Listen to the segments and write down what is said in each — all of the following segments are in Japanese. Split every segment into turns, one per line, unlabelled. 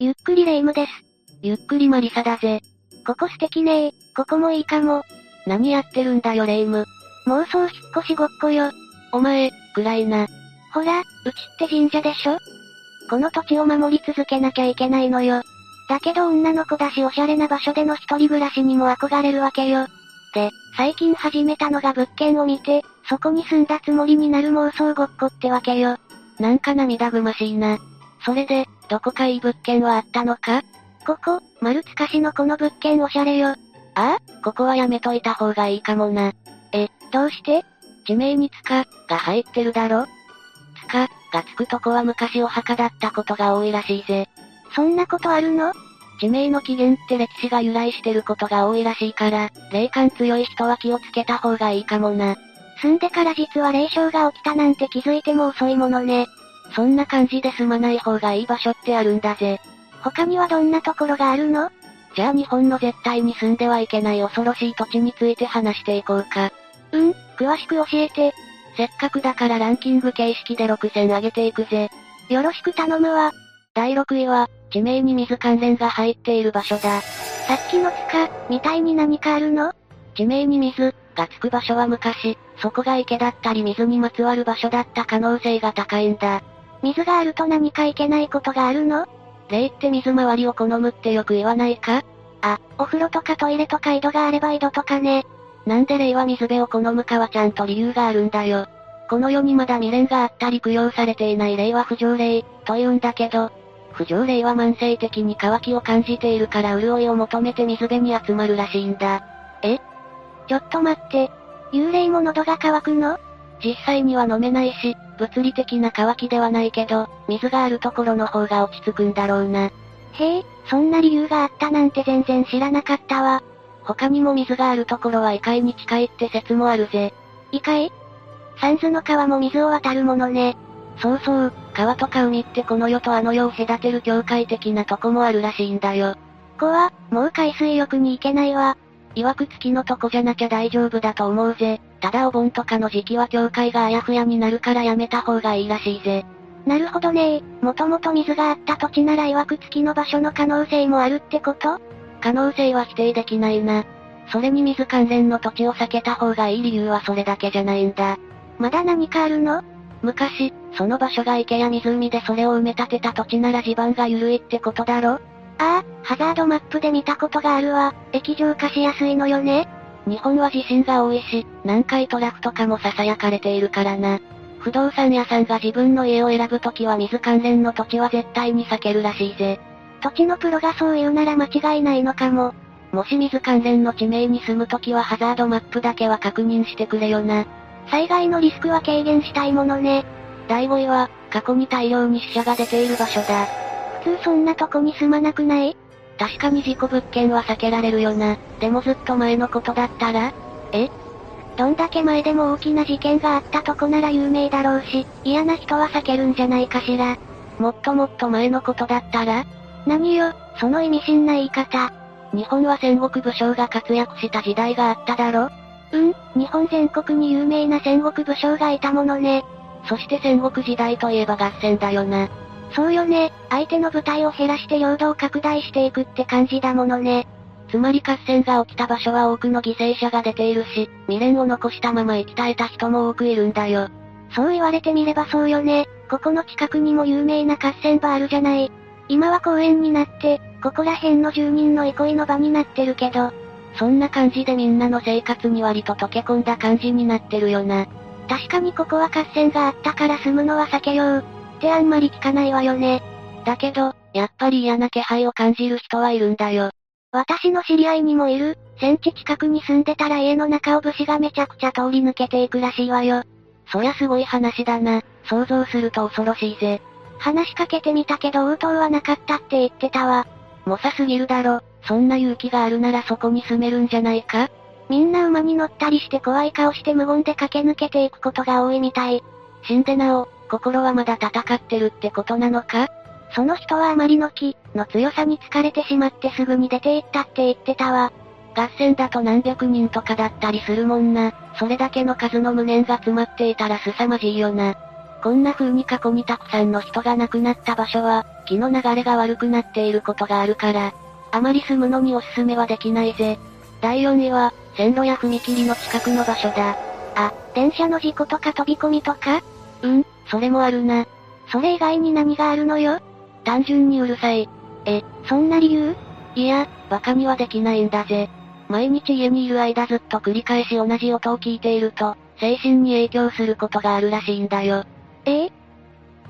ゆっくりレ夢ムです。
ゆっくりマリサだぜ。
ここ素敵ねー。ここもいいかも。
何やってるんだよレ夢ム。
妄想引っ越しごっこよ。
お前、暗いな。
ほら、うちって神社でしょこの土地を守り続けなきゃいけないのよ。だけど女の子だしおしゃれな場所での一人暮らしにも憧れるわけよ。で、最近始めたのが物件を見て、そこに住んだつもりになる妄想ごっこってわけよ。
なんか涙ぐましいな。それで、どこかいい物件はあったのか
ここ、丸塚市のこの物件おしゃれよ。
ああ、ここはやめといた方がいいかもな。
え、どうして
地名に塚が入ってるだろ塚がつくとこは昔お墓だったことが多いらしいぜ。
そんなことあるの
地名の起源って歴史が由来してることが多いらしいから、霊感強い人は気をつけた方がいいかもな。
住んでから実は霊障が起きたなんて気づいても遅いものね。
そんな感じで住まない方がいい場所ってあるんだぜ。
他にはどんなところがあるの
じゃあ日本の絶対に住んではいけない恐ろしい土地について話していこうか。
うん、詳しく教えて。
せっかくだからランキング形式で6選上げていくぜ。
よろしく頼むわ。
第6位は、地名に水関連が入っている場所だ。
さっきの塚、みたいに何かあるの
地名に水、がつく場所は昔、そこが池だったり水にまつわる場所だった可能性が高いんだ。
水があると何かいけないことがあるの
霊って水回りを好むってよく言わないか
あ、お風呂とかトイレとか井戸があれば井戸とかね。
なんで霊は水辺を好むかはちゃんと理由があるんだよ。この世にまだ未練があったり供養されていない霊は不条霊、と言うんだけど、不条霊は慢性的に渇きを感じているから潤いを求めて水辺に集まるらしいんだ。
えちょっと待って。幽霊も喉が渇くの
実際には飲めないし、物理的な渇きではないけど、水があるところの方が落ち着くんだろうな。
へえ、そんな理由があったなんて全然知らなかったわ。
他にも水があるところは異界に近いって説もあるぜ。
異界サンズの川も水を渡るものね。
そうそう、川とか海ってこの世とあの世を隔てる境界的なとこもあるらしいんだよ。
ここは、もう海水浴に行けないわ。
曰くつきのとこじゃなきゃ大丈夫だと思うぜ。ただお盆とかの時期は境界があやふやになるからやめた方がいいらしいぜ。
なるほどねもともと水があった土地なら曰くつきの場所の可能性もあるってこと
可能性は否定できないな。それに水関連の土地を避けた方がいい理由はそれだけじゃないんだ。
まだ何かあるの
昔、その場所が池や湖でそれを埋め立てた土地なら地盤が緩いってことだろ
ああ、ハザードマップで見たことがあるわ。液状化しやすいのよね。
日本は地震が多いし、南海トラフとかも囁かれているからな。不動産屋さんが自分の家を選ぶときは水関連の土地は絶対に避けるらしいぜ。
土地のプロがそう言うなら間違いないのかも。
もし水関連の地名に住むときはハザードマップだけは確認してくれよな。
災害のリスクは軽減したいものね。
第5位は、過去に大量に死者が出ている場所だ。
普通そんなとこに住まなくない
確かに事故物件は避けられるよな。でもずっと前のことだったら
えどんだけ前でも大きな事件があったとこなら有名だろうし、嫌な人は避けるんじゃないかしら。
もっともっと前のことだったら
何よ、その意味深な言い方。
日本は戦国武将が活躍した時代があっただろ
うん、日本全国に有名な戦国武将がいたものね。
そして戦国時代といえば合戦だよな。
そうよね、相手の部隊を減らして領土を拡大していくって感じだものね。
つまり合戦が起きた場所は多くの犠牲者が出ているし、未練を残したまま生き絶えた人も多くいるんだよ。
そう言われてみればそうよね、ここの近くにも有名な合戦場あるじゃない。今は公園になって、ここら辺の住人の憩いの場になってるけど、
そんな感じでみんなの生活に割と溶け込んだ感じになってるよな。
確かにここは合戦があったから住むのは避けよう。ってあんまり聞かないわよね。
だけど、やっぱり嫌な気配を感じる人はいるんだよ。
私の知り合いにもいる、戦地近くに住んでたら家の中を武士がめちゃくちゃ通り抜けていくらしいわよ。
そりゃすごい話だな、想像すると恐ろしいぜ。
話しかけてみたけど応答はなかったって言ってたわ。
もさすぎるだろ、そんな勇気があるならそこに住めるんじゃないか
みんな馬に乗ったりして怖い顔して無言で駆け抜けていくことが多いみたい。
死んでなお、心はまだ戦ってるってことなのか
その人はあまりの気の強さに疲れてしまってすぐに出て行ったって言ってたわ。
合戦だと何百人とかだったりするもんな。それだけの数の無念が詰まっていたら凄まじいよな。こんな風に過去にたくさんの人が亡くなった場所は、気の流れが悪くなっていることがあるから、あまり住むのにおすすめはできないぜ。第4位は、線路や踏切の近くの場所だ。
あ、電車の事故とか飛び込みとか
うん、それもあるな。
それ以外に何があるのよ
単純にうるさい。
え、そんな理由
いや、馬鹿にはできないんだぜ。毎日家にいる間ずっと繰り返し同じ音を聞いていると、精神に影響することがあるらしいんだよ。
ええ、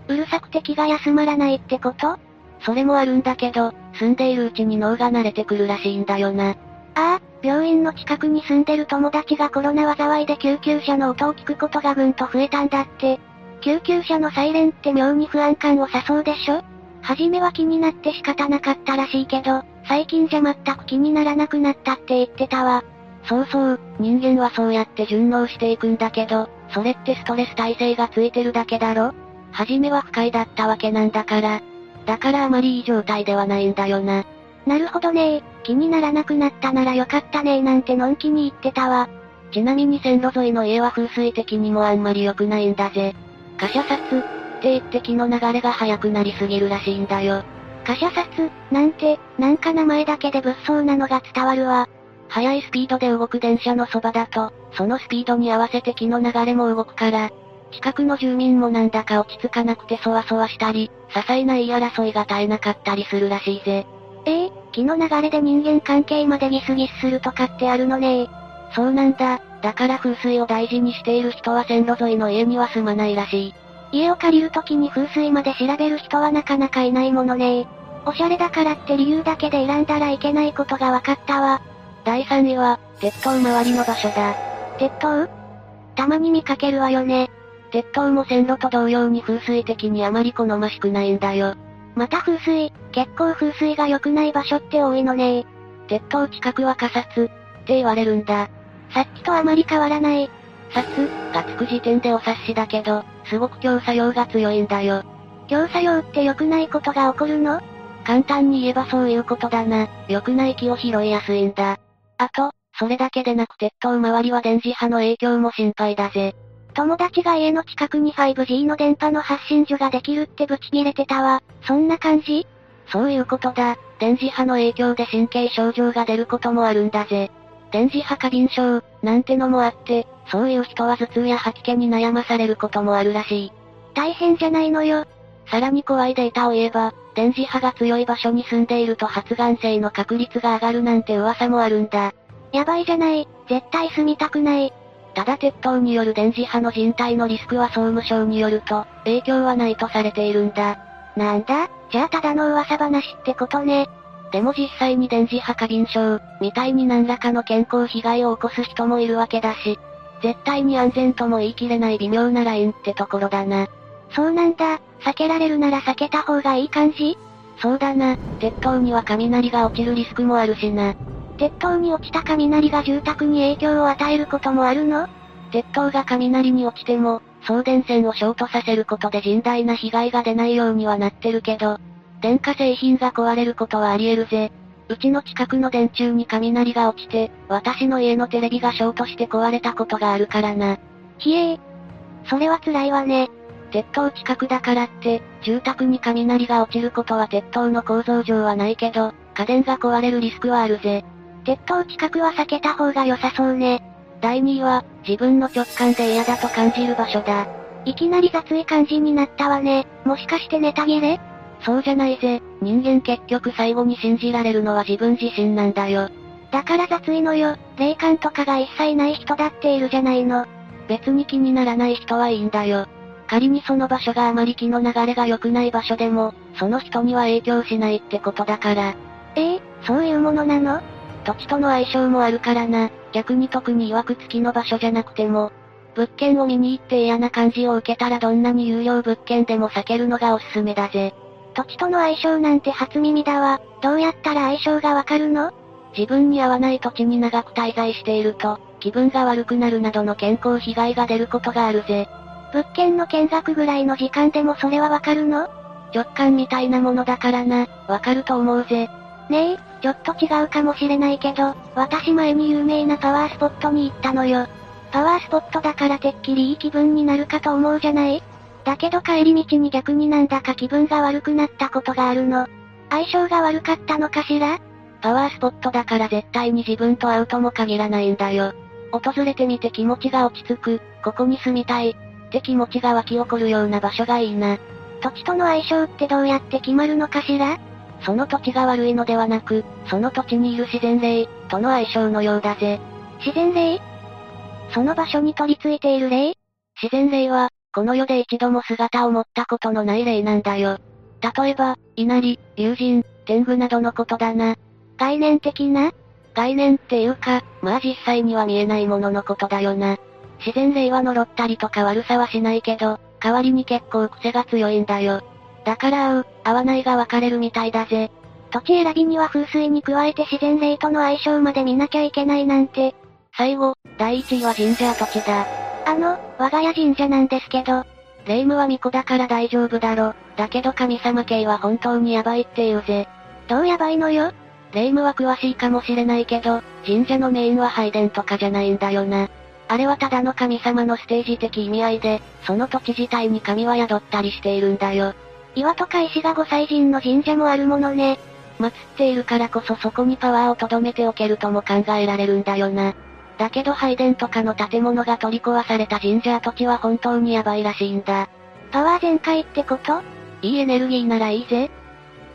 うるさくて気が休まらないってこと
それもあるんだけど、住んでいるうちに脳が慣れてくるらしいんだよな。
ああ、病院の近くに住んでる友達がコロナ災いで救急車の音を聞くことがぐんと増えたんだって。救急車のサイレンって妙に不安感を誘うでしょ初めは気になって仕方なかったらしいけど、最近じゃ全く気にならなくなったって言ってたわ。
そうそう、人間はそうやって順応していくんだけど、それってストレス耐性がついてるだけだろ初めは不快だったわけなんだから。だからあまりいい状態ではないんだよな。
なるほどね気にならなくなったならよかったねなんてのんきに言ってたわ。
ちなみに線路沿いの家は風水的にもあんまり良くないんだぜ。貨車札って言って気の流れが速くなりすぎるらしいんだよ。
貨車札なんて、なんか名前だけで物騒なのが伝わるわ。
速いスピードで動く電車のそばだと、そのスピードに合わせて気の流れも動くから、近くの住民もなんだか落ち着かなくてそわそわしたり、些細な言い争いが絶えなかったりするらしいぜ。
ええー、気の流れで人間関係までギスギスするとかってあるのね
そうなんだ。だから風水を大事にしている人は線路沿いの家には住まないらしい。
家を借りる時に風水まで調べる人はなかなかいないものねおしゃれだからって理由だけで選んだらいけないことが分かったわ。
第3位は、鉄塔周りの場所だ。
鉄塔たまに見かけるわよね。
鉄塔も線路と同様に風水的にあまり好ましくないんだよ。
また風水、結構風水が良くない場所って多いのね
鉄塔近くは仮殺って言われるんだ。
さっきとあまり変わらない。
殺がつく時点でお察しだけど、すごく強作用が強いんだよ。
強作用って良くないことが起こるの
簡単に言えばそういうことだな。良くない気を拾いやすいんだ。あと、それだけでなく鉄塔周りは電磁波の影響も心配だぜ。
友達が家の近くに 5G の電波の発信所ができるってブチ切れてたわ。そんな感じ
そういうことだ。電磁波の影響で神経症状が出ることもあるんだぜ。電磁波過敏症、なんてのもあって、そういう人は頭痛や吐き気に悩まされることもあるらしい。
大変じゃないのよ。
さらに怖いデータを言えば、電磁波が強い場所に住んでいると発がん性の確率が上がるなんて噂もあるんだ。
やばいじゃない、絶対住みたくない。
ただ鉄塔による電磁波の人体のリスクは総務省によると、影響はないとされているんだ。
なんだ、じゃあただの噂話ってことね。
でも実際に電磁波過敏症、みたいに何らかの健康被害を起こす人もいるわけだし、絶対に安全とも言い切れない微妙なラインってところだな。
そうなんだ、避けられるなら避けた方がいい感じ
そうだな、鉄塔には雷が落ちるリスクもあるしな。
鉄塔に落ちた雷が住宅に影響を与えることもあるの
鉄塔が雷に落ちても、送電線をショートさせることで甚大な被害が出ないようにはなってるけど、電化製品が壊れることはあり得るぜ。うちの近くの電柱に雷が落ちて、私の家のテレビがショートして壊れたことがあるからな。
ひえー。それは辛いわね。
鉄塔近くだからって、住宅に雷が落ちることは鉄塔の構造上はないけど、家電が壊れるリスクはあるぜ。
鉄塔近くは避けた方が良さそうね。
第2位は、自分の直感で嫌だと感じる場所だ。
いきなり雑い感じになったわね。もしかしてネタ切れ
そうじゃないぜ。人間結局最後に信じられるのは自分自身なんだよ。
だから雑いのよ。霊感とかが一切ない人だっているじゃないの。
別に気にならない人はいいんだよ。仮にその場所があまり気の流れが良くない場所でも、その人には影響しないってことだから。
ええー、そういうものなの
土地との相性もあるからな。逆に特に曰く付きの場所じゃなくても、物件を見に行って嫌な感じを受けたらどんなに有料物件でも避けるのがおすすめだぜ。
土地との相性なんて初耳だわ。どうやったら相性がわかるの
自分に合わない土地に長く滞在していると、気分が悪くなるなどの健康被害が出ることがあるぜ。
物件の見学ぐらいの時間でもそれはわかるの
直感みたいなものだからな、わかると思うぜ。
ねえ、ちょっと違うかもしれないけど、私前に有名なパワースポットに行ったのよ。パワースポットだからてっきりいい気分になるかと思うじゃないだけど帰り道に逆になんだか気分が悪くなったことがあるの。相性が悪かったのかしら
パワースポットだから絶対に自分と会うとも限らないんだよ。訪れてみて気持ちが落ち着く、ここに住みたい、って気持ちが湧き起こるような場所がいいな。
土地との相性ってどうやって決まるのかしら
その土地が悪いのではなく、その土地にいる自然霊、との相性のようだぜ。
自然霊その場所に取り付いている霊
自然霊は、この世で一度も姿を持ったことのない霊なんだよ。例えば、稲荷、友人、天狗などのことだな。
概念的な
概念っていうか、まあ実際には見えないもののことだよな。自然霊は呪ったりとか悪さはしないけど、代わりに結構癖が強いんだよ。だから合う、合わないが分かれるみたいだぜ。
土地選びには風水に加えて自然霊との相性まで見なきゃいけないなんて。
最後、第1位は神社跡地だ。
あの、我が家神社なんですけど。
霊夢は巫女だから大丈夫だろ。だけど神様系は本当にヤバいって言うぜ。
どうヤバいのよ
霊夢は詳しいかもしれないけど、神社のメインは拝殿とかじゃないんだよな。あれはただの神様のステージ的意味合いで、その土地自体に神は宿ったりしているんだよ。
岩とか石が御祭神の神社もあるものね。
祀っているからこそそこにパワーを留めておけるとも考えられるんだよな。だけど拝殿とかの建物が取り壊された神社跡地は本当にヤバいらしいんだ。
パワー全開ってこと
いいエネルギーならいいぜ。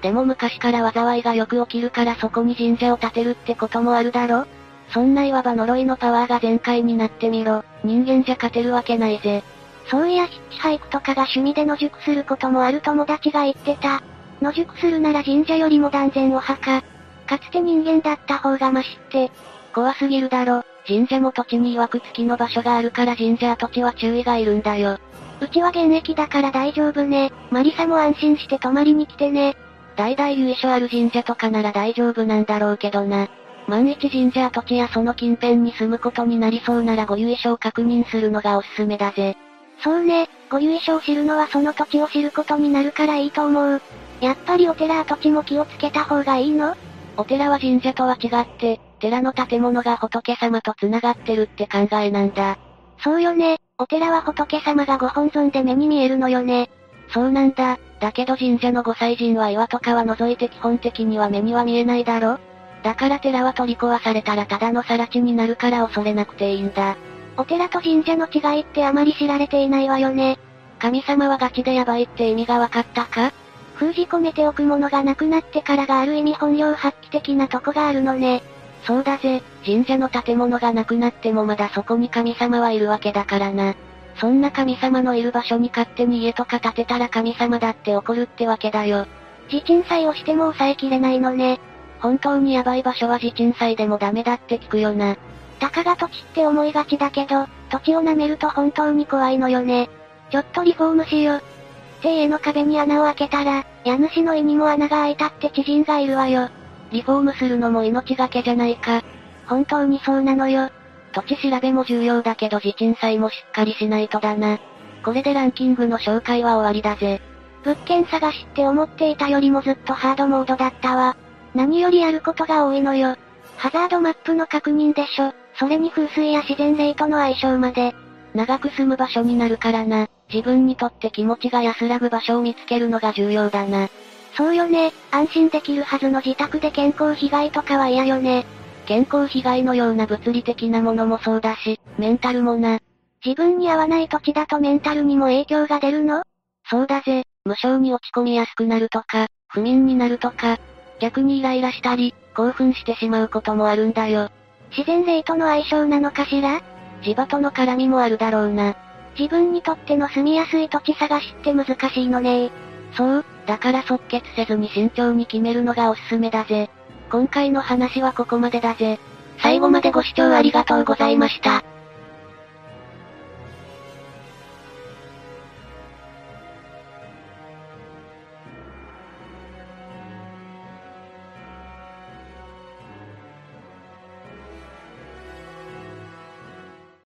でも昔から災いがよく起きるからそこに神社を建てるってこともあるだろそんないわば呪いのパワーが全開になってみろ、人間じゃ勝てるわけないぜ。
そういやヒッチハイクとかが趣味で野宿することもある友達が言ってた。野宿するなら神社よりも断然お墓。かつて人間だった方がマシって。
怖すぎるだろ。神社も土地に曰く付きの場所があるから神社跡地は注意がいるんだよ。
うちは現役だから大丈夫ね。マリサも安心して泊まりに来てね。
代々由緒ある神社とかなら大丈夫なんだろうけどな。万一神社跡地やその近辺に住むことになりそうならご由緒を確認するのがおすすめだぜ。
そうね、ご由緒を知るのはその土地を知ることになるからいいと思う。やっぱりお寺跡地も気をつけた方がいいの
お寺は神社とは違って、寺の建物が仏様と繋がってるって考えなんだ。
そうよね、お寺は仏様がご本尊で目に見えるのよね。
そうなんだ、だけど神社の御祭神は岩とかは除いて基本的には目には見えないだろだから寺は取り壊されたらただの更地になるから恐れなくていいんだ。
お寺と神社の違いってあまり知られていないわよね。
神様はガチでヤバいって意味がわかったか
封じ込めておくものがなくなってからがある意味本領発揮的なとこがあるのね。
そうだぜ、神社の建物がなくなってもまだそこに神様はいるわけだからな。そんな神様のいる場所に勝手に家とか建てたら神様だって怒るってわけだよ。
地鎮祭をしても抑えきれないのね。
本当にヤバい場所は地鎮祭でもダメだって聞くよな。
たかが土地って思いがちだけど、土地を舐めると本当に怖いのよね。ちょっとリフォームしよう。って家の壁に穴を開けたら、家主の胃にも穴が開いたって知人がいるわよ。
リフォームするのも命がけじゃないか。
本当にそうなのよ。
土地調べも重要だけど地鎮祭もしっかりしないとだな。これでランキングの紹介は終わりだぜ。
物件探しって思っていたよりもずっとハードモードだったわ。何よりやることが多いのよ。ハザードマップの確認でしょ。それに風水や自然霊との相性まで。
長く住む場所になるからな。自分にとって気持ちが安らぐ場所を見つけるのが重要だな。
そうよね。安心できるはずの自宅で健康被害とかは嫌よね。
健康被害のような物理的なものもそうだし、メンタルもな。
自分に合わない土地だとメンタルにも影響が出るの
そうだぜ。無性に落ち込みやすくなるとか、不眠になるとか、逆にイライラしたり、興奮してしまうこともあるんだよ。
自然霊との相性なのかしら
地場との絡みもあるだろうな。
自分にとっての住みやすい土地探しって難しいのね
そう、だから即決せずに慎重に決めるのがおすすめだぜ。今回の話はここまでだぜ。
最後までご視聴ありがとうございました。